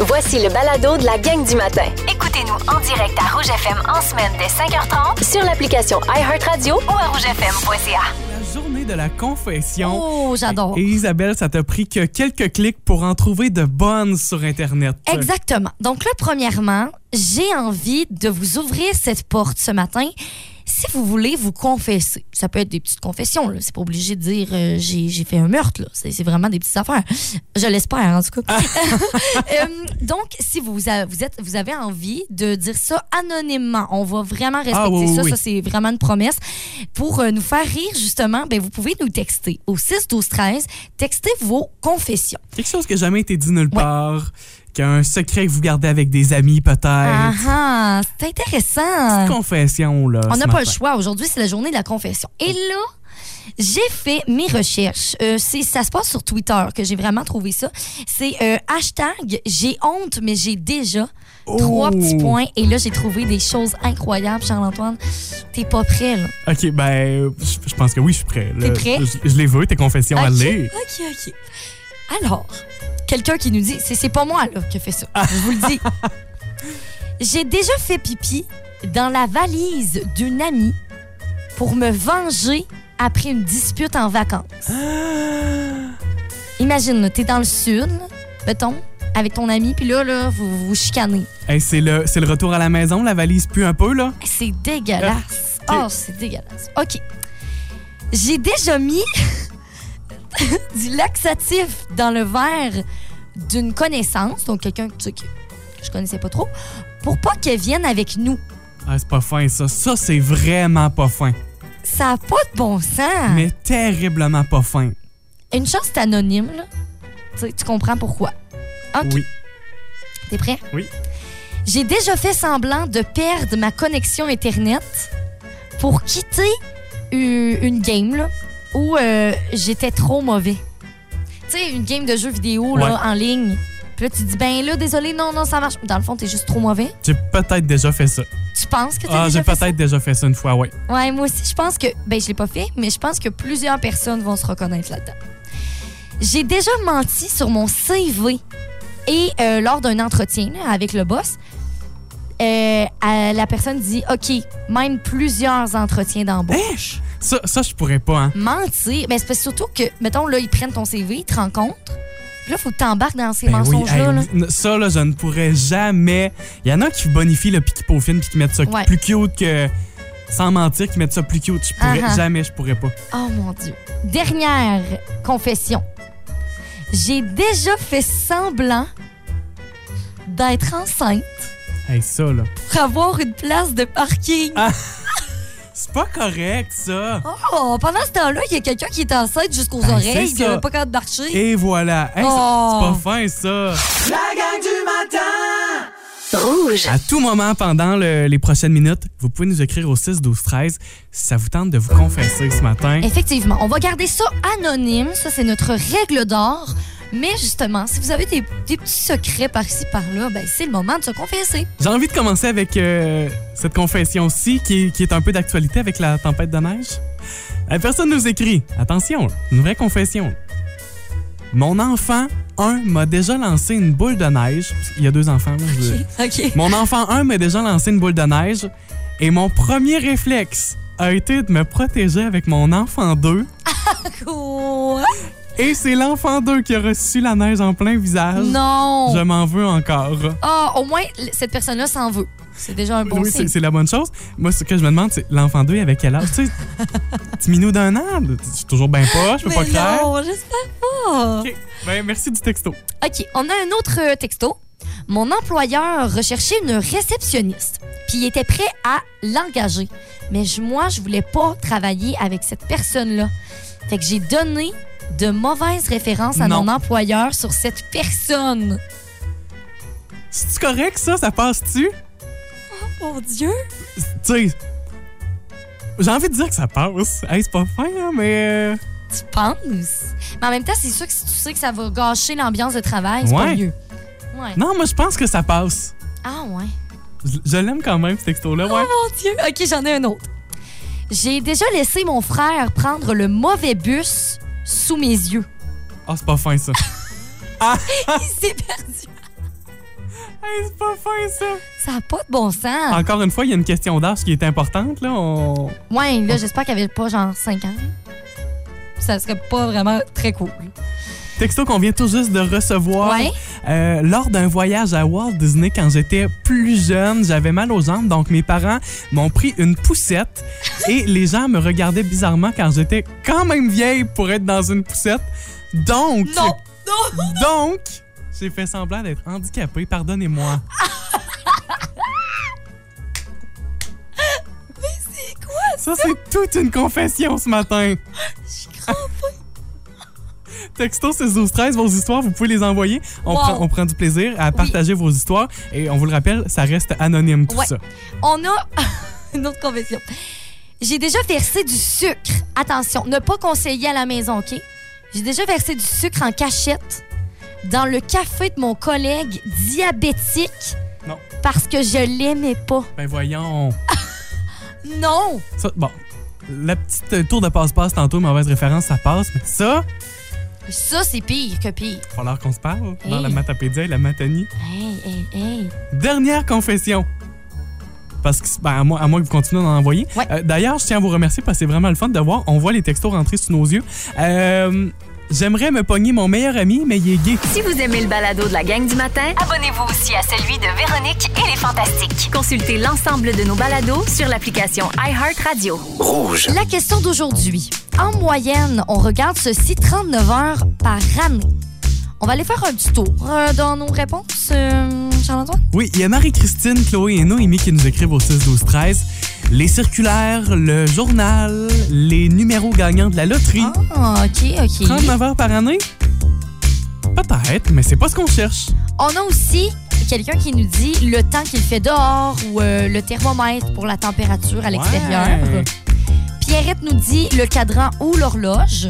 Voici le balado de la gang du matin. Écoutez-nous en direct à Rouge FM en semaine dès 5h30 sur l'application iHeartRadio ou à rougefm.ca. La journée de la confession. Oh, j'adore. Et Isabelle, ça t'a pris que quelques clics pour en trouver de bonnes sur Internet. Exactement. Donc là, premièrement, j'ai envie de vous ouvrir cette porte ce matin. Si vous voulez vous confesser, ça peut être des petites confessions. là. C'est pas obligé de dire euh, j'ai j'ai fait un meurtre. là. C'est c'est vraiment des petites affaires. Je l'espère en tout cas. Ah. Euh, donc, si vous, a- vous, êtes, vous avez envie de dire ça anonymement, on va vraiment respecter Ah, oui, oui, ça. oui. Ça, c'est vraiment une promesse. Pour euh, nous faire rire, justement, ben, vous pouvez nous texter au 6 12 13 Textez vos confessions. Quelque chose qui n'a jamais été dit nulle part, qui a un secret que vous gardez avec des amis peut-être. Ah, ah, c'est intéressant. Confession, là. On ce n'a pas le matin. choix. Aujourd'hui, c'est la journée de la confession. Et là, j'ai fait mes recherches. Euh, c'est- ça se passe sur Twitter que j'ai vraiment trouvé ça. C'est euh, hashtag j'ai honte, mais j'ai déjà trois Oh! petits points. Et là, j'ai trouvé des choses incroyables, Charles-Antoine. T'es pas prêt, là. OK, ben, je je pense que oui, je suis prêt. là. T'es prêt? Je, je les veux, tes confessions, Ok, allez. OK, OK. Alors, quelqu'un qui nous dit, c'est c'est pas moi là, qui ai fait ça, je vous le dis. J'ai déjà fait pipi dans la valise d'une amie pour me venger après une dispute en vacances. Imagine, là, t'es dans le sud, là, mettons, avec ton ami, puis là, là, vous vous chicanez. Hey, c'est le, c'est le retour à la maison, la valise pue un peu, là. C'est dégueulasse. Oh, c'est dégueulasse. OK. J'ai déjà mis du laxatif dans le verre d'une connaissance, donc quelqu'un tu sais, que je connaissais pas trop, pour pas qu'elle vienne avec nous. Ah, c'est pas fin, ça. Ça, c'est vraiment pas fin. Ça a pas de bon sens. Mais terriblement pas fin. Une chose, c'est anonyme, là. Tu sais, tu comprends pourquoi. OK. Oui. T'es prêt? Oui. J'ai déjà fait semblant de perdre ma connexion Internet pour quitter u- une game là, où euh, j'étais trop mauvais. Tu sais, une game de jeux vidéo là, Ouais. en ligne. Puis là, tu dis, ben là, désolé, non, non, ça marche. Dans le fond, t'es juste trop mauvais. J'ai peut-être déjà fait ça. Tu penses que t'es Ah, j'ai déjà fait ça? peut-être déjà fait ça une fois, ouais. Ouais, moi aussi, je pense que. Ben, je l'ai pas fait, mais je pense que plusieurs personnes vont se reconnaître là-dedans. J'ai déjà menti sur mon CV et euh, lors d'un entretien là, avec le boss, euh, à- la personne dit OK, même plusieurs entretiens d'embauche. Ça, ça je pourrais pas, hein. Mentir, ben, c'est parce- surtout que, mettons, là, ils prennent ton CV, ils te rencontrent. Puis là, faut que t'embarques dans ces Ben oui, mensonges-là. hey, là. n- Ça, là, je ne pourrais jamais. Il y en a qui bonifient le piquet peaufine puis qui mettent ça Ouais. plus cute que. Sans mentir, qui mettent ça plus cute. Je pourrais Ah, ah. jamais, je pourrais pas. Oh mon Dieu. Dernière confession. J'ai déjà fait semblant d'être enceinte Hey, ça, là. pour avoir une place de parking. Ah. C'est pas correct, ça. Oh, pendant ce temps-là, il y a quelqu'un qui est enceinte jusqu'aux Ben, c'est oreilles, ça. il n'avait pas quand de marcher. Et voilà. Hey, ça- Oh. C'est pas fin, ça. La gang du matin Rouge. À tout moment pendant le- les prochaines minutes, vous pouvez nous écrire au 6 12 13 si ça vous tente de vous confesser ce matin. Effectivement, on va garder ça anonyme, ça c'est notre règle d'or. Mais justement, si vous avez des, des petits secrets par-ci par-là, ben c'est le moment de se confesser. J'ai envie de commencer avec euh, cette confession-ci qui, est- qui est un peu d'actualité avec la tempête de neige. La personne nous écrit Attention, une vraie confession. Mon enfant 1 m'a déjà lancé une boule de neige. Il y a deux enfants, là. je- OK. Mon enfant 1 m'a déjà lancé une boule de neige et mon premier réflexe a été de me protéger avec mon enfant 2 Quoi? et c'est l'enfant 2 qui a reçu la neige en plein visage. Non! Je m'en veux encore. Ah, au moins, l- cette personne-là s'en veut. C'est déjà un bon oui, c'est signe. c'est la bonne chose. Moi, ce que je me demande, c'est l'enfant 2 avec quel âge? tu sais, petit minou d'un an? Je suis toujours bien pas, je peux pas croire. non, j'espère pas. Ok, Ben, merci du texto. OK, on a un autre euh, texto. Mon employeur recherchait une réceptionniste, puis il était prêt à l'engager. Mais je- moi, je voulais pas travailler avec cette personne-là. Fait que j'ai donné de mauvaises références à Non. mon employeur sur cette personne. C'est-tu correct, ça? Ça passe-tu? Mon Dieu! Tu sais, j'ai envie de dire que ça passe. Hey, c'est pas fin, hein, mais... euh, Tu penses? Mais en même temps, c'est sûr que si tu sais que ça va gâcher l'ambiance de travail, c'est pas Ouais. mieux. Ouais. Non, moi, je pense que ça passe. Ah ouais. Je, je l'aime quand même, ce texto-là, ouais. Oh mon Dieu! OK, j'en ai un autre. J'ai déjà laissé mon frère prendre le mauvais bus sous mes yeux. Ah, c'est pas fin, ça. Il s'est perdu. Hey, c'est pas fin, ça. Ça n'a pas de bon sens. Encore une fois, il y a une question d'âge qui est importante. Là. On... Ouais, là, j'espère qu'elle avait pas genre 5 ans. Ça serait pas vraiment très cool. Texto qu'on vient tout juste de recevoir. Ouais. Euh, lors d'un voyage à Walt Disney quand j'étais plus jeune, j'avais mal aux jambes, donc mes parents m'ont pris une poussette et les gens me regardaient bizarrement car j'étais quand même vieille pour être dans une poussette. Donc, Non, non. donc, j'ai fait semblant d'être handicapé, pardonnez-moi. Ça, c'est toute une confession ce matin. Texto 16 13 vos histoires, vous pouvez les envoyer. On, Wow. prend, on prend du plaisir à partager vos histoires. Et on vous le rappelle, ça reste anonyme tout Ouais. ça. On a une autre confession. J'ai déjà versé du sucre. Attention, ne pas conseiller à la maison, OK? J'ai déjà versé du sucre en cachette dans le café de mon collègue diabétique Non. parce que je l'aimais pas. Ben voyons. Non! Ça, bon, la petite euh, tour de passe-passe tantôt, mauvaise référence, ça passe. Mais ça, Ça, c'est pire que pire. il va falloir qu'on se parle dans Hey. la matapédia et la matanie. Hey, hey, hey. Dernière confession. Parce que, ben, à, moins, à moins que vous continuez d'en envoyer. Ouais. Euh, D'ailleurs, je tiens à vous remercier parce que c'est vraiment le fun de voir. On voit les textos rentrer sous nos yeux. Euh, J'aimerais me pogner mon meilleur ami, mais il est gay. Si vous aimez le balado de la gang du matin, abonnez-vous aussi à celui de Véronique et les Fantastiques. Consultez l'ensemble de nos balados sur l'application iHeartRadio. La question d'aujourd'hui. En moyenne, on regarde ceci 39 heures par année. On va aller faire un petit tour euh, dans nos réponses, euh, Charles-Antoine? Oui, il y a Marie-Christine, Chloé et Noémie qui nous écrivent au 6 12 13 Les circulaires, le journal, les numéros gagnants de la loterie. Ah, OK, OK. 39 heures par année? Peut-être, mais c'est pas ce qu'on cherche. On a aussi quelqu'un qui nous dit le temps qu'il fait dehors ou euh, le thermomètre pour la température à l'extérieur. Ouais. Pierrette nous dit le cadran ou l'horloge.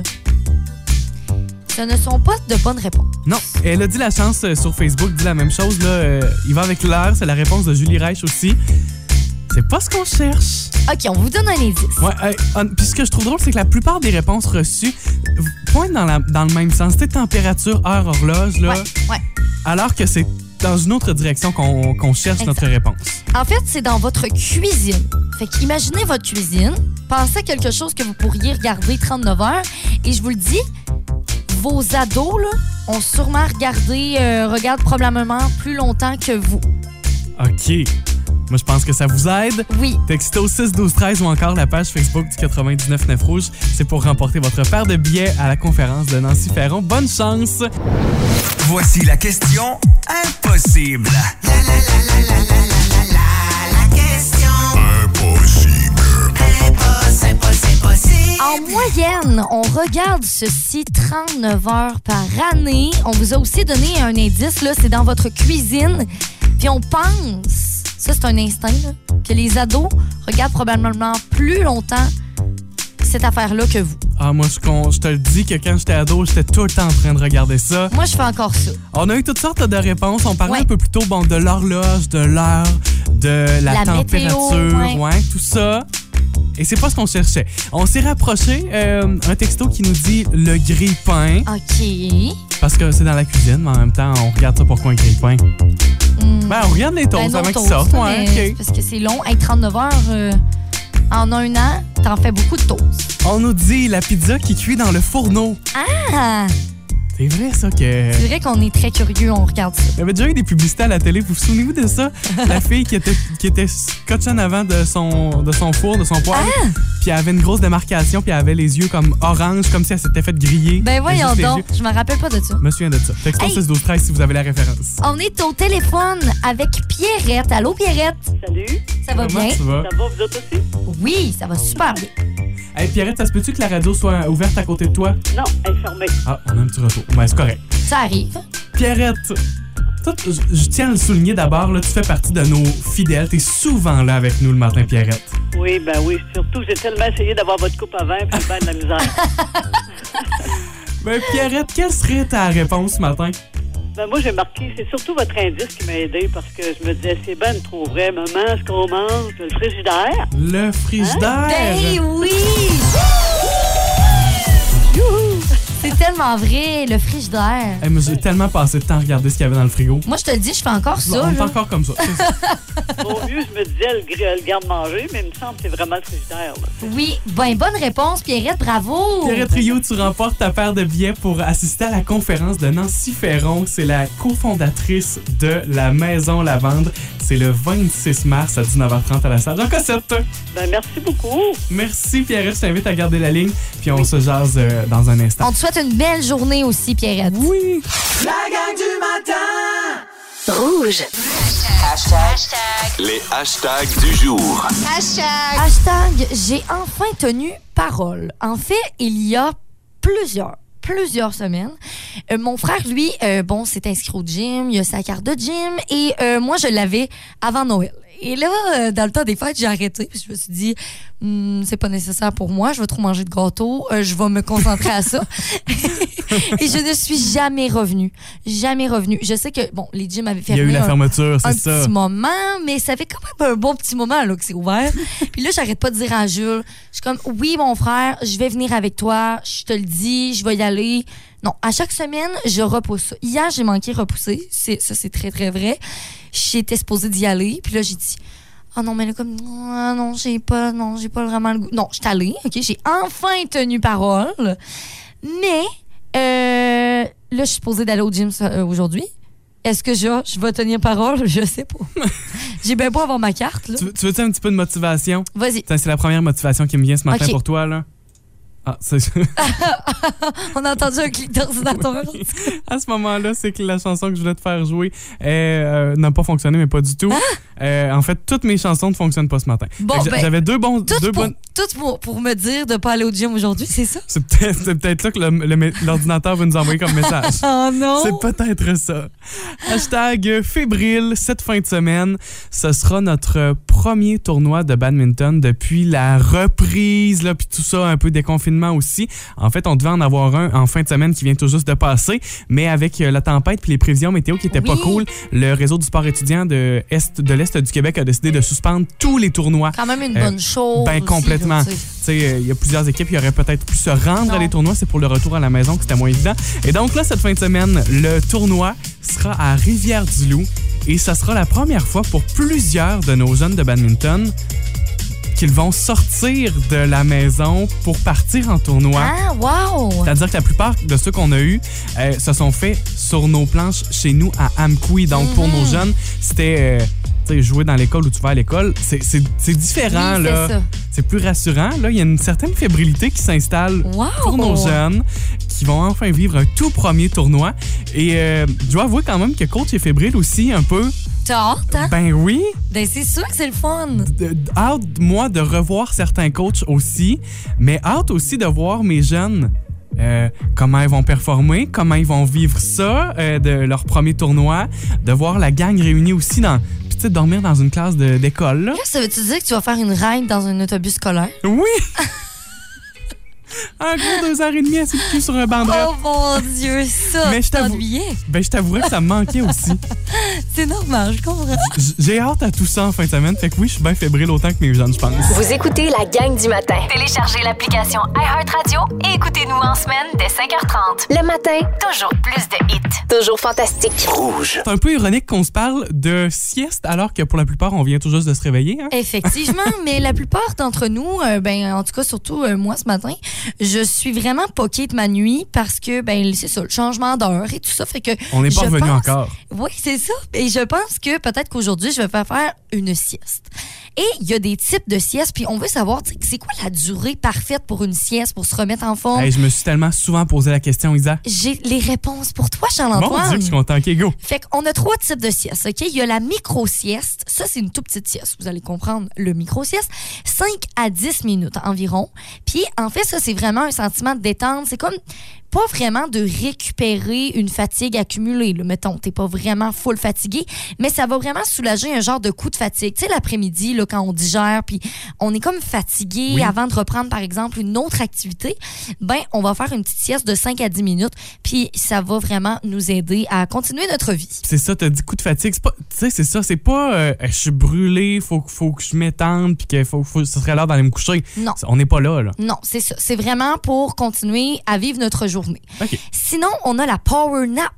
Ce ne sont pas de bonnes réponses. Non, elle a dit la chance euh, sur Facebook, dit la même chose. Là, euh, il va avec l'heure, c'est la réponse de Julie Reich aussi. C'est pas ce qu'on cherche. OK, on vous donne un indice. Ouais, euh, hon- puis ce que je trouve drôle, c'est que la plupart des réponses reçues v- pointent dans, la- dans le même sens. Tu sais, température, heure, horloge, là, Ouais, ouais. alors que c'est dans une autre direction qu'on qu'on cherche notre réponse. En fait, c'est dans votre cuisine. Fait qu'imaginez votre cuisine, pensez à quelque chose que vous pourriez regarder 39 heures, et je vous le dis, vos ados, là, ont sûrement regardé, euh, regardent probablement plus longtemps que vous. OK. Moi, je pense que ça vous aide. Oui, Texto 6 12 13 ou encore la page Facebook du 99.9 Rouge. C'est pour remporter votre paire de billets à la conférence de Nancy Ferron. Bonne chance! Voici la question impossible. En moyenne, on regarde ceci 39 heures par année. On vous a aussi donné un indice, là, c'est dans votre cuisine. Puis on pense, ça c'est un instinct, là, que les ados regardent probablement plus longtemps cette affaire-là que vous. Ah, moi, je, con- je te le dis que quand j'étais ado, j'étais tout le temps en train de regarder ça. Moi, je fais encore ça. On a eu toutes sortes de réponses. On parlait Ouais. un peu plus tôt bon, de l'horloge, de l'heure, de la, La météo, température, ouais. ouais, tout ça. Et c'est pas ce qu'on cherchait. On s'est rapproché euh, un texto qui nous dit le grille-pain, OK. parce que c'est dans la cuisine, mais en même temps, on regarde ça pourquoi un grille-pain. Hmm. Ben, on regarde les toasts Ben, non, avant qu'ils toast, sortent. là, Ouais, mais ok. c'est Parce que c'est long. Hey, 39 heures euh, en un an, t'en fais beaucoup de toast. On nous dit la pizza qui cuit dans le fourneau. Ah! C'est vrai, ça, que. C'est vrai qu'on est très curieux, on regarde ça. Il y avait déjà eu des publicités à la télé. Vous vous souvenez-vous de ça? La fille qui était, qui était scotch en avant de son, de son four, de son poêle. Ah! Puis elle avait une grosse démarcation, puis elle avait les yeux comme orange, comme si elle s'était faite griller. Ben voyons Juste les donc, yeux. je me rappelle pas de ça. Je me souviens de ça. Texto Hey. 6 12 13 si vous avez la référence. On est au téléphone avec Pierrette. Allô Pierrette, Salut, ça va Comment bien? tu vas? ça va vous autres aussi? Oui, ça va super bien. Hey, Pierrette, ça se peut-tu que la radio soit ouverte à côté de toi? Non, informé. Ah, on a un petit retour. Ben, c'est correct. Ça arrive. Pierrette, toi, t- je je tiens à le souligner d'abord, là, tu fais partie de nos fidèles. T'es souvent là avec nous le matin, Pierrette. Oui, ben oui, surtout, j'ai tellement essayé d'avoir votre coupe avant, puis ben de la misère. Ben, Pierrette, quelle serait ta réponse ce matin? Ben moi, j'ai marqué, c'est surtout votre indice qui m'a aidé parce que je me disais, c'est ben trop vrai, maman, ce qu'on mange, le frigidaire. Hein? Le frigidaire! Ben oui! C'est tellement vrai, le frigidaire. Eh, mais J'ai tellement passé de temps à regarder ce qu'il y avait dans le frigo. Moi, je te le dis, je fais encore Bon, ça. on est là. encore comme ça. C'est ça. Au mieux, je me disais le, gr- le garde-manger, mais il me semble que c'est vraiment le frigidaire. là. Oui, ben bonne réponse, Pierrette, bravo. Pierrette Rio, tu remportes ta paire de billets pour assister à la conférence de Nancy Ferron. C'est la cofondatrice de la Maison Lavande. C'est le 26 mars à 19h30 à la salle Jean Cossette. Ben, merci beaucoup. Merci Pierrette, je t'invite à garder la ligne, puis on se jase euh, dans un instant. On te souhaite une belle journée aussi, Pierrette. Oui! La gang du matin! Rouge. Les hashtags du jour. Hashtag J'ai enfin tenu parole. En fait, il y a plusieurs, plusieurs semaines, euh, mon frère, lui, euh, bon, s'est inscrit au gym, il a sa carte de gym, et euh, moi, je l'avais avant Noël. Et là, euh, dans le temps des fêtes, j'ai arrêté, puis je me suis dit, Hmm, c'est pas nécessaire pour moi, je vais trop manger de gâteau, euh, je vais me concentrer à ça. et je ne suis jamais revenue. Jamais revenue. Je sais que, bon, les gyms avaient Il y fermé a eu la un fermeture, un c'est ça. petit moment, mais ça fait quand même un bon petit moment là, que c'est ouvert. Puis là, j'arrête pas de dire à Jules, je suis comme, oui, mon frère, je vais venir avec toi, je te le dis, je vais y aller. Non, à chaque semaine, je repousse ça. Hier, j'ai manqué repousser, c'est, ça c'est très très vrai. J'étais supposée d'y aller, puis là, j'ai dit, ah non, mais là, comme, non, non, j'ai pas, non, j'ai pas vraiment le goût. Non, je suis allée, OK, j'ai enfin tenu parole, mais euh, là, je suis supposée d'aller au gym euh, aujourd'hui. Est-ce que je, je vais tenir parole? Je sais pas. J'ai bien beau avoir ma carte, là. Tu, veux- tu veux-tu un petit peu de motivation? Vas-y, Tiens, C'est la première motivation qui me vient ce matin Ok. pour toi, là. Ah, c'est- on a entendu un clic d'ordinateur. à ce moment-là, c'est que la chanson que je voulais te faire jouer euh, euh, n'a pas fonctionné, mais pas du tout. Euh, en fait, toutes mes chansons ne fonctionnent pas ce matin. Hein? Bon, Fait que j'a- ben, J'avais deux bons... Tout, deux pour, bonnes- tout pour, pour me dire de pas aller au gym aujourd'hui, c'est ça? C'est peut-être c'est peut-être ça que le- le mé- l'ordinateur va nous envoyer comme message. Oh non! C'est peut-être ça. Hashtag fébrile, cette fin de semaine, ce sera notre premier tournoi de badminton depuis la reprise, là, puis tout ça, un peu déconfinement aussi. En fait, on devait en avoir un en fin de semaine qui vient tout juste de passer, mais avec euh, la tempête puis les prévisions météo qui étaient pas Oui. cool, le réseau du sport étudiant de est- de l'Est du Québec a décidé de suspendre tous les tournois. Quand même une Euh, bonne chose. ben, aussi, complètement. là, tu sais. Tu sais, euh, il y a plusieurs équipes qui auraient peut-être pu se rendre Non. à les tournois. C'est pour le retour à la maison que c'était moins évident. Et donc là, cette fin de semaine, le tournoi sera à Rivière-du-Loup et ça sera la première fois pour plusieurs de nos jeunes de badminton qu'ils vont sortir de la maison pour partir en tournoi. Ah, wow! C'est-à-dire que la plupart de ceux qu'on a eus euh, se sont faits sur nos planches chez nous à Amqui. Donc, pour Mhm. nos jeunes, c'était euh, tu sais, jouer dans l'école ou tu vas à l'école. C'est- C'est c'est différent, Oui, c'est là. ça. C'est plus rassurant. Là, il y a une certaine fébrilité qui s'installe Wow! pour nos jeunes qui vont enfin vivre un tout premier tournoi. Et euh, je dois avouer quand même que coach est fébrile aussi un peu. T'as hâte, hein? Ben oui, Ben, c'est sûr que c'est le fun. de- de- hâte moi de revoir certains coachs aussi, mais hâte aussi de voir mes jeunes. euh, comment ils vont performer, comment ils vont vivre ça euh, de leur premier tournoi, de voir la gang réunie aussi dans, puis tu sais, dormir dans une classe de- d'école. là. Là, ça veut-tu dire que tu vas faire une ride dans un autobus scolaire? Oui! Un gros deux heures et demie assis le cul sur un banc de rêve. Oh mon Dieu, ça! Mais je t'avoue- t'ennuyais. Ben, je t'avouerais que ça me manquait aussi. C'est normal, je comprends. J- J'ai hâte à tout ça en fin de semaine. Fait que oui, je suis bien fébrile autant que mes jeunes, je pense. Vous écoutez la gang du matin. Téléchargez l'application iHeartRadio et écoutez-nous en semaine dès 5h30. Le matin, toujours plus de hits. Toujours fantastique. C'est un peu ironique qu'on se parle de sieste alors que pour la plupart, on vient tout juste de se réveiller. Hein? Effectivement, mais la plupart d'entre nous, euh, ben en tout cas surtout euh, moi ce matin, je suis vraiment poquée de ma nuit parce que ben c'est ça, le changement d'heure et tout ça fait que On n'est pas je revenu pense- encore. Oui, c'est ça. Et je pense que peut-être qu'aujourd'hui je vais faire faire une sieste. Et il y a des types de siestes, puis on veut savoir tu sais, c'est quoi la durée parfaite pour une sieste pour se remettre en forme. Hey, je me suis tellement souvent posé la question, Isa. J'ai les réponses pour toi, Mon Charles-Antoine. Dieu, que je suis content. OK, go. Fait qu'on a trois types de siestes, OK? Il y a la micro-sieste. Ça, c'est une toute petite sieste. Vous allez comprendre le micro-sieste. 5 à 10 minutes environ. Puis, en fait, ça, c'est vraiment un sentiment de détente. C'est comme pas vraiment de récupérer une fatigue accumulée. Là. Mettons, t'es pas vraiment full fatigué, mais ça va vraiment soulager un genre de coup de fatigue. Tu sais, l'après-midi, là, quand on digère, puis on est comme fatigué Oui. avant de reprendre, par exemple, une autre activité, ben on va faire une petite sieste de 5 à 10 minutes, puis ça va vraiment nous aider à continuer notre vie. C'est ça, t'as dit coup de fatigue. C'est pas- Tu sais, c'est ça, c'est pas euh, je suis brûlé, faut, faut que je m'étende, puis que faut, faut, ce serait l'heure d'aller me coucher. Non. On n'est pas là, là. Non, c'est ça. C'est vraiment pour continuer à vivre notre journée. OK. Sinon, on a la power nap.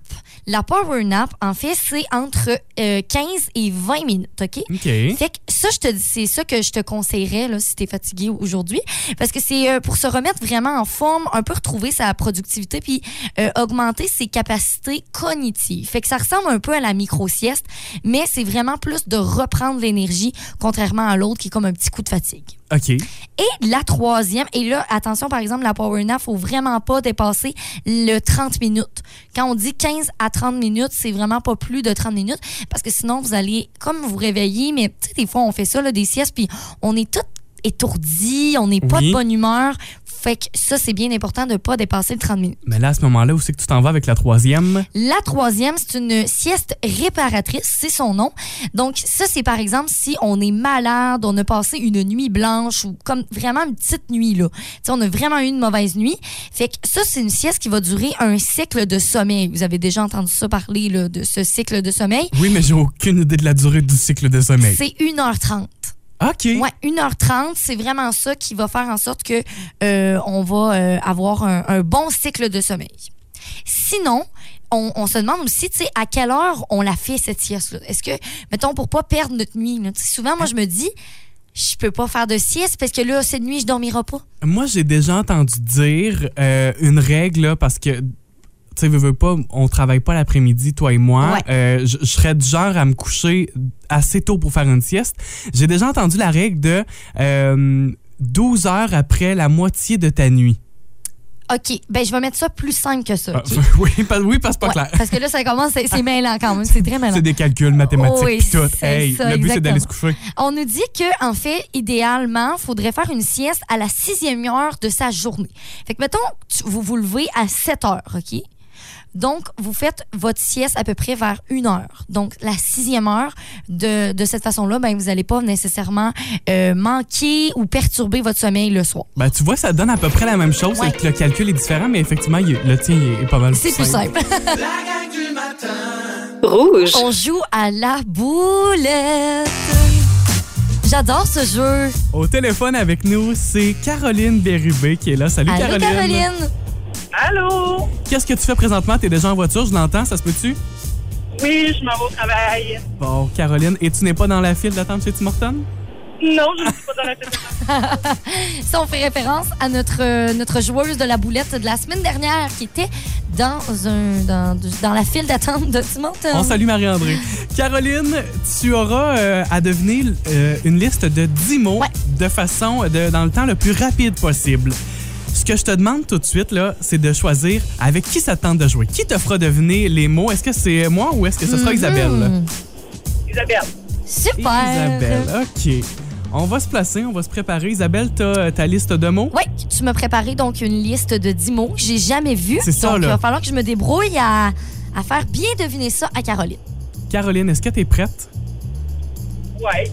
La power nap, en fait, c'est entre euh, 15 et 20 minutes, OK? OK. Fait que ça, je te dis, c'est ça que je te conseillerais là, si t'es fatigué aujourd'hui. Parce que c'est euh, pour se remettre vraiment en forme, un peu retrouver sa productivité, puis euh, augmenter ses capacités cognitives. Fait que ça ressemble un peu à la micro-sieste, mais c'est vraiment plus de reprendre l'énergie, contrairement à l'autre qui est comme un petit coup de fatigue. OK. Et la troisième, et là, attention, par exemple, la power nap, faut vraiment pas dépasser le 30 minutes. Quand on dit 15 à 30 minutes, c'est vraiment pas plus de 30 minutes parce que sinon, vous allez comme vous réveiller, mais tu sais, des fois, on fait ça, là, des siestes, puis on est tout étourdi, on n'est pas Oui. de bonne humeur. Fait que ça, c'est bien important de pas dépasser le 30 minutes. Mais là, à ce moment-là, où c'est que tu t'en vas avec la troisième? La troisième, c'est une sieste réparatrice, c'est son nom. Donc, ça, c'est par exemple si on est malade, on a passé une nuit blanche ou comme vraiment une petite nuit, là. Tu sais, on a vraiment eu une mauvaise nuit. Fait que ça, c'est une sieste qui va durer un cycle de sommeil. Vous avez déjà entendu ça parler, là, de ce cycle de sommeil. Oui, mais j'ai aucune idée de la durée du cycle de sommeil. C'est 1h30. OK. Ouais, 1h30, c'est vraiment ça qui va faire en sorte que euh, on va euh, avoir un, un bon cycle de sommeil. Sinon, on, on se demande aussi, tu sais, à quelle heure on la fait cette sieste-là. Est-ce que, mettons, pour pas perdre notre nuit, là, tu sais, souvent, moi, je me dis, je peux pas faire de sieste parce que là, cette nuit, je dormirai pas. Moi, j'ai déjà entendu dire euh, une règle, là, parce que, tu sais, veux, veux pas, on travaille pas l'après-midi, toi et moi. Ouais. Euh, je je serais du genre à me coucher assez tôt pour faire une sieste. J'ai déjà entendu la règle de euh, 12 heures après la moitié de ta nuit. OK, ben je vais mettre ça plus simple que ça. Ah, OK? oui, parce, oui, parce que c'est pas Ouais, clair. parce que là, ça commence, c'est c'est mêlant quand même, c'est très mêlant. C'est des calculs mathématiques Oui, pis tout. c'est Hey, ça, le but, c'est d'aller se exactement. coucher. On nous dit que, en fait, idéalement, faudrait faire une sieste à la sixième heure de sa journée. Fait que, mettons, tu- vous vous levez à 7 heures, OK? Donc, vous faites votre sieste à peu près vers une heure. Donc, la sixième heure, de, de cette façon-là, ben, vous n'allez pas nécessairement euh, manquer ou perturber votre sommeil le soir. Ben, tu vois, ça donne à peu près la même chose. Ouais. c'est que Le calcul est différent, mais effectivement, il est- le tien il est, est pas mal. C'est plus simple. La gang du matin. On joue à la boulette. J'adore ce jeu. Au téléphone avec nous, c'est Caroline Bérubé qui est là. Salut Allô, Caroline. Caroline. Allô? Qu'est-ce que tu fais présentement? T'es déjà en voiture, je l'entends, ça se peut-tu? Oui, je m'en vais au travail. Bon, Caroline, et tu n'es pas dans la file d'attente chez Tim Hortons? Non, je ne suis pas dans la tête. Ça, on fait référence à notre, euh, notre joueuse de la boulette de la semaine dernière qui était dans, un, dans, dans la file d'attente de Timonton. On salue Marie-André. Caroline, tu auras euh, à deviner euh, une liste de 10 mots Ouais. de façon, euh, de- dans le temps le plus rapide possible. Ce que je te demande tout de suite, là, c'est de choisir avec qui ça te tente de jouer. Qui te fera deviner les mots? Est-ce que c'est moi ou est-ce que ce Mhm. sera Isabelle? Isabelle. Super. Isabelle, OK. On va se placer, on va se préparer. Isabelle, t'as euh, ta liste de mots? Oui, tu m'as préparé donc une liste de 10 mots que j'ai jamais vus. C'est ça, Donc, là. il va falloir que je me débrouille à, à faire bien deviner ça à Caroline. Caroline, est-ce que t'es prête? Ouais.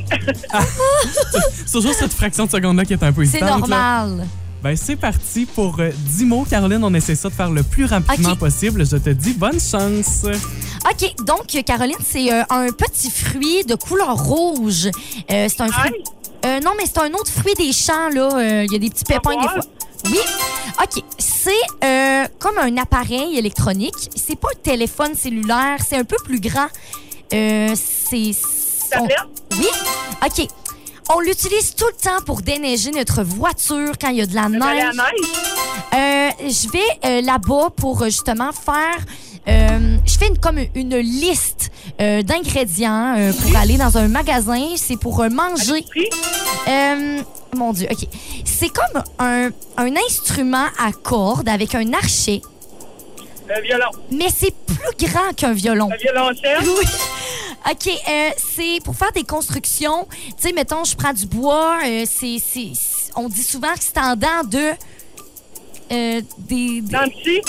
C'est toujours cette fraction de seconde-là qui est un peu C'est hésitante. là. normal. Ben, c'est parti pour euh, 10 mots. Caroline, on essaie ça de faire le plus rapidement Ok. possible. Je te dis bonne chance. OK, donc, euh, Caroline, c'est euh, un petit fruit de couleur rouge. Euh, c'est un fruit. Euh, non, mais c'est un autre fruit des champs, là. Euh, Il y a des petits Ah pépins, des fois. Framboise? Oui. OK, c'est euh, comme un appareil électronique. C'est pas un téléphone cellulaire, c'est un peu plus grand. Euh, c'est. on- Tablette? Oui. OK. On l'utilise tout le temps pour déneiger notre voiture quand il y a de la Je vais aller à neige. la neige. Euh, je vais euh, là-bas pour euh, justement faire. euh, je fais une, comme une liste euh, d'ingrédients euh, pour aller dans un magasin. C'est pour euh, manger. Prix? Euh, mon Dieu, OK. C'est comme un, un instrument à cordes avec un archet, Le violon. mais c'est plus grand qu'un violon. Le violoncelle. Oui. OK, euh, c'est pour faire des constructions. Tu sais, mettons, je prends du bois. euh, c'est, c'est- c'est- on dit souvent que c'est en dents de. euh, des, des- Nancy. Oui.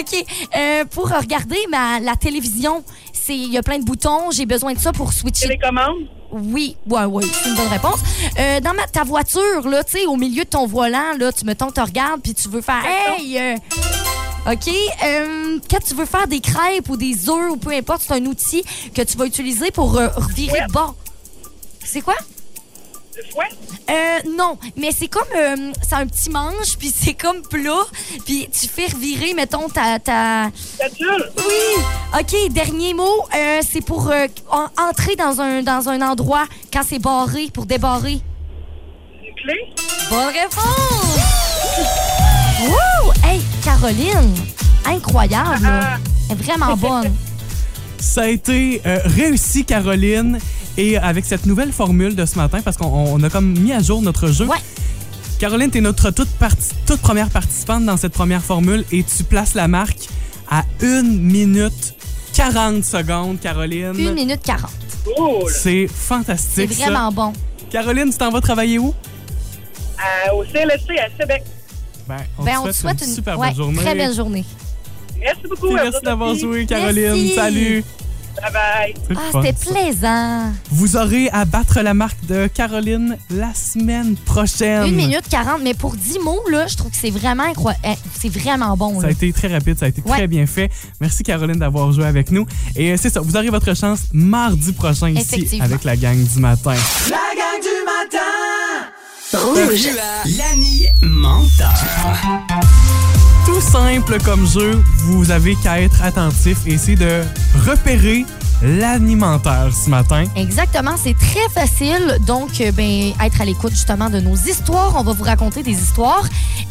OK. Euh, pour regarder ma, la télévision, c'est- il y a plein de boutons, j'ai besoin de ça pour switcher. Télécommande? Oui, ouais, ouais, c'est une bonne réponse. Euh, dans ma- ta voiture, là, tu sais, au milieu de ton volant, là, tu me tu regardes, puis tu veux faire Hey! euh, OK? euh, quand tu veux faire des crêpes ou des œufs ou peu importe, c'est un outil que tu vas utiliser pour euh, revirer de bord. C'est quoi? Le fouet? Euh, non, mais c'est comme euh, c'est un petit manche, puis c'est comme plat, puis tu fais revirer, mettons, ta, ta, Spatule? oui! OK, dernier mot, euh, c'est pour euh, en- entrer dans un, dans un endroit quand c'est barré, pour débarrer. Une clé? Bonne réponse! Wouh! Hey, Caroline! Incroyable! Ah, là. Elle est vraiment bonne. Ça a été euh, réussi, Caroline. Et avec cette nouvelle formule de ce matin, parce qu'on on a comme mis à jour notre jeu. Ouais. Caroline, t'es notre toute, parti- toute première participante dans cette première formule et tu places la marque à 1 minute 40 secondes, Caroline. 1 minute 40. Cool! C'est C'est fantastique. ça. vraiment bon. Caroline, tu t'en vas travailler où? À- Euh, au CLSC à Québec. Ben, on Ben, te souhaite, une, super ouais, bonne journée. très belle journée. Merci beaucoup. à vous Merci aussi. d'avoir joué, Caroline. Merci. Salut. Bye bye. C'est le Ah, fun, c'était ça. plaisant. Vous aurez à battre la marque de Caroline la semaine prochaine. 1 minute 40, mais pour 10 mots, là, je trouve que c'est vraiment incroyable. C'est vraiment bon. Ça Là. a été très rapide, ça a été Ouais. très bien fait. Merci Caroline d'avoir joué avec nous. Et euh, c'est ça, vous aurez votre chance mardi prochain ici Effectivement. avec la gang du matin. La gang du matin Tout simple comme jeu, vous avez qu'à être attentif et essayer de repérer l'alimentaire ce matin. Exactement, c'est très facile. Donc, euh, ben, être à l'écoute justement de nos histoires. On va vous raconter des histoires.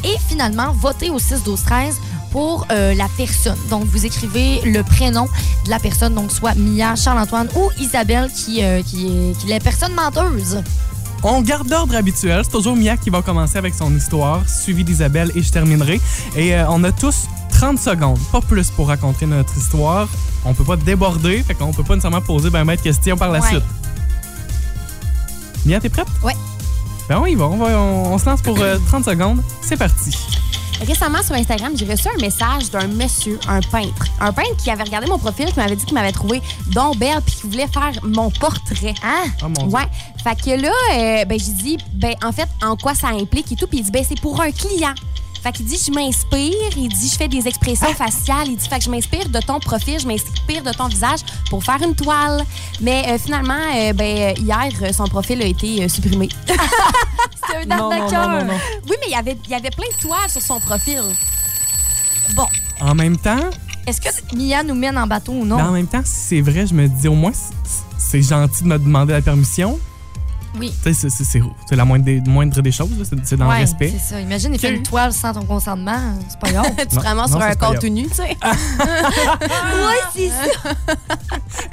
Et finalement, voter au 6, 12, 13 pour euh, la personne. Donc, vous écrivez le prénom de la personne, donc soit Mia, Charles-Antoine ou Isabelle, qui, euh, qui, est, qui est la personne menteuse. On garde l'ordre habituel. C'est toujours Mia qui va commencer avec son histoire, suivie d'Isabelle et je terminerai. Et euh, on a tous 30 secondes, pas plus pour raconter notre histoire. On peut pas déborder, fait qu'on peut pas nécessairement poser ben ben de questions par la Ouais. suite. Mia, t'es prête? Ouais. Ben oui, bon, on, va- on- on se lance pour euh, 30 secondes. C'est parti. Récemment, sur Instagram, j'ai reçu un message d'un monsieur, un peintre. Un peintre qui avait regardé mon profil, qui m'avait dit qu'il m'avait trouvé donc belle, puis qu'il voulait faire mon portrait. Hein? Oh mon Dieu. Ouais. Fait que là, euh, ben, j'ai dit, ben, en fait, en quoi ça implique et tout. Puis il dit, ben, c'est pour un client. Fait qu'il dit, je m'inspire. Il dit, je fais des expressions faciales. Il dit, fait que je m'inspire de ton profil, je m'inspire de ton visage pour faire une toile. Mais euh, finalement, euh, ben, euh, hier, euh, son profil a été euh, supprimé. C'est un Non, non, non, non, non. Oui, mais il y avait, il y avait plein de toiles sur son profil. Bon, En même temps, est-ce que Mia nous mène en bateau ou non? ben, en même temps, si c'est vrai, je me dis au moins c- c- c'est gentil de me demander la permission. Oui. Tu sais, c'est- c'est- c'est c'est la moindre des, moindre des choses, là. C'est- c'est dans Ouais, le respect. C'est ça. Imagine, il fait Que- une toile sans ton consentement. C'est pas grave. tu te Non, ramasses non, sur ça, un c'est pas corps grave. tout nu, tu sais. ouais, c'est ça.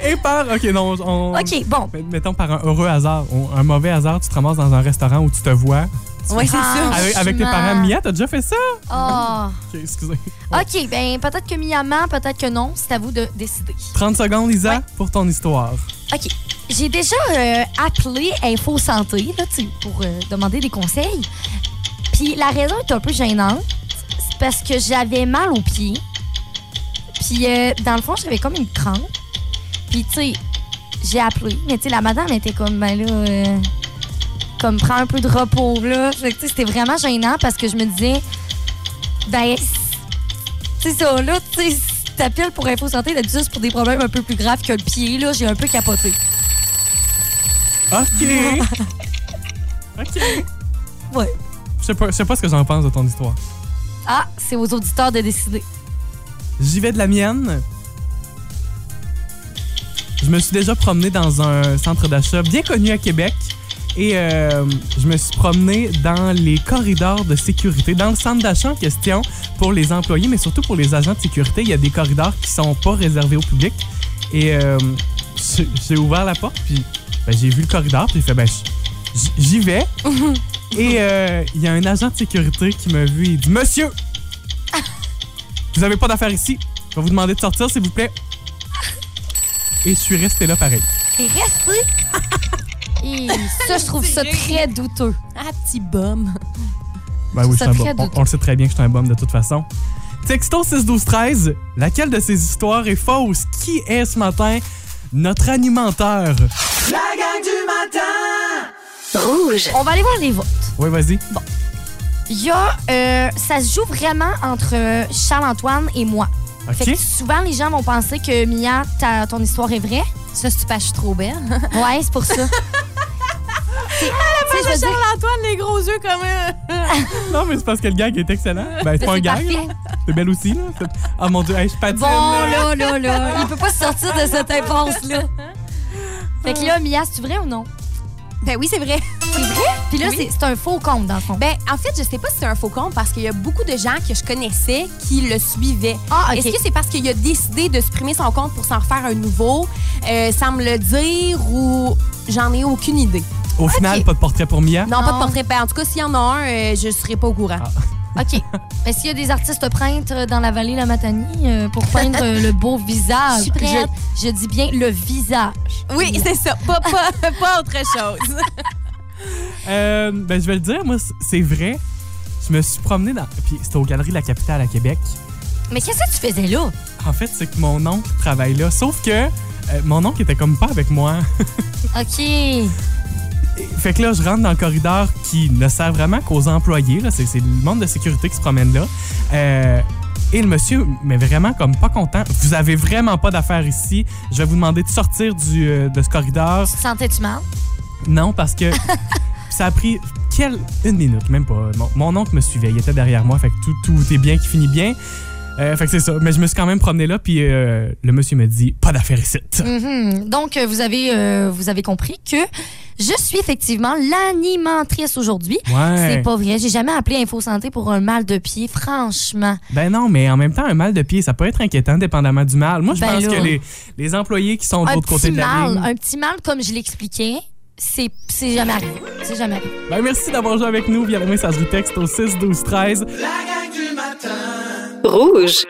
Et par. Ok, non, on. OK, bon. Mais- Mettons par un heureux hasard, on- un mauvais hasard, tu te ramasses dans un restaurant où tu te vois. Oui, c'est ça. Avec, avec tes Franchement. parents, Mia, t'as déjà fait ça? Ah. Ok, excusez. OK, ben peut-être que Miyaman, peut-être que non. C'est à vous de décider. 30 secondes, Isa, pour ton histoire. OK. J'ai déjà euh, appelé Info Santé là, tu sais, pour euh, demander des conseils. Puis la raison est un peu gênante. C'est parce que j'avais mal aux pieds. Puis euh, dans le fond, j'avais comme une crampe. Puis tu sais, j'ai appelé. Mais tu sais, la madame était comme, ben là, euh, comme prends un peu de repos là. Fait que, tu sais, c'était vraiment gênant parce que je me disais, ben, c'est ça, là, tu sais, si t'appelles pour Info Santé, d'habitude, c'est pour des problèmes un peu plus graves que le pied, là, j'ai un peu capoté. Ok. ok. Ouais. Je sais pas, je sais pas ce que j'en pense de ton histoire. Ah, c'est aux auditeurs de décider. J'y vais de la mienne. Je me suis déjà promené dans un centre d'achat bien connu à Québec. Et euh, je me suis promené dans les corridors de sécurité, dans le centre d'achat en question pour les employés, mais surtout pour les agents de sécurité. Il y a des corridors qui sont pas réservés au public. Et euh, j'ai- j'ai ouvert la porte, puis ben, j'ai vu le corridor, puis j'ai fait, ben, j- j'y vais. et euh, il y a un agent de sécurité qui m'a vu, il dit, Monsieur, vous avez pas d'affaires ici. Je vais vous demander de sortir, s'il vous plaît. Et je suis resté là pareil. T'es resté? Et ça, je trouve ça très douteux. Ah, petit bum. Ben oui, je Ça Ben suis un fait bum. de- On, on le sait très bien que je suis un bum de toute façon. Texto 61213, laquelle de ces histoires est fausse? Qui est ce matin notre alimentaire? La gang du matin! Rouge. On va aller voir les votes. Oui, vas-y. Il y a, euh, ça se joue vraiment entre euh, Charles-Antoine et moi. Fait OK. que souvent, les gens vont penser que Mia, ta- ton histoire est vraie. Ça, c'est pas, je suis trop belle. Ah, Ouais, c'est pour ça. Tu sais, je veux dire- Charles-Antoine, les gros yeux comme Non, mais c'est parce que le gag est excellent. Ben, c'est pas un C'est gag. parfait. là. C'est belle aussi, là. C'est- Ah mon Dieu, hey, je patine. Bon, là, là, là. Il peut pas se sortir de cette réponse-là. Fait que là, Mia, c'est vrai ou non? Ben oui, c'est vrai. C'est vrai? Puis là, Oui. c'est- c'est un faux compte, dans le fond. Ben, en fait, je sais pas si c'est un faux compte parce qu'il y a beaucoup de gens que je connaissais qui le suivaient. ah, OK. Est-ce que c'est parce qu'il a décidé de supprimer son compte pour s'en refaire un nouveau, euh, sans me le dire ou j'en ai aucune idée? Au final, Ok. pas de portrait pour Mia. Non, pas de Non. portrait. Ben, en tout cas, s'il y en a un, euh, je serai pas au courant. OK. Mais s'il y a des artistes peintres dans la vallée de la Matanie euh, pour peindre euh, le beau visage, Je suis prête. je dis bien le visage. Oui, c'est ça. Pas, pas, pas autre chose. Euh, ben, je vais le dire, moi, c- c'est vrai. Je me suis promené dans. Puis c'était aux Galeries de la Capitale à Québec. Mais qu'est-ce que tu faisais là? En fait, c'est que mon oncle travaille là. Sauf que euh, mon oncle était comme pas avec moi. OK. Et- Fait que là, je rentre dans le corridor qui ne sert vraiment qu'aux employés. là. C'est c'est le monde de sécurité qui se promène là. Euh, et le monsieur, mais vraiment comme pas content. Vous avez vraiment pas d'affaires ici. Je vais vous demander de sortir du, euh, de ce corridor. Tu te sentais-tu mal? Non, parce que ça a pris quelle une minute, même pas. Mon, mon oncle me suivait, il était derrière moi, fait que tout, tout est bien qui finit bien. Euh, fait que c'est ça. Mais je me suis quand même promené là, puis euh, le monsieur me dit pas d'affaires ici. Mhm. Donc, euh, vous avez, euh, vous avez compris que je suis effectivement l'animatrice aujourd'hui. C'est Ouais. pas vrai. J'ai jamais appelé Info Santé pour un mal de pied, franchement. Ben non, mais en même temps, un mal de pied, ça peut être inquiétant, dépendamment du mal. Moi, je Ben pense là. que les, les employés qui sont de Un l'autre côté petit de la mal, ligne. un petit mal, comme je l'expliquais, c'est c'est jamais arrivé. C'est jamais arrivé. Ben merci d'avoir joué avec nous via la messagerie texte au 6 12 13. La gang du matin! Rouge.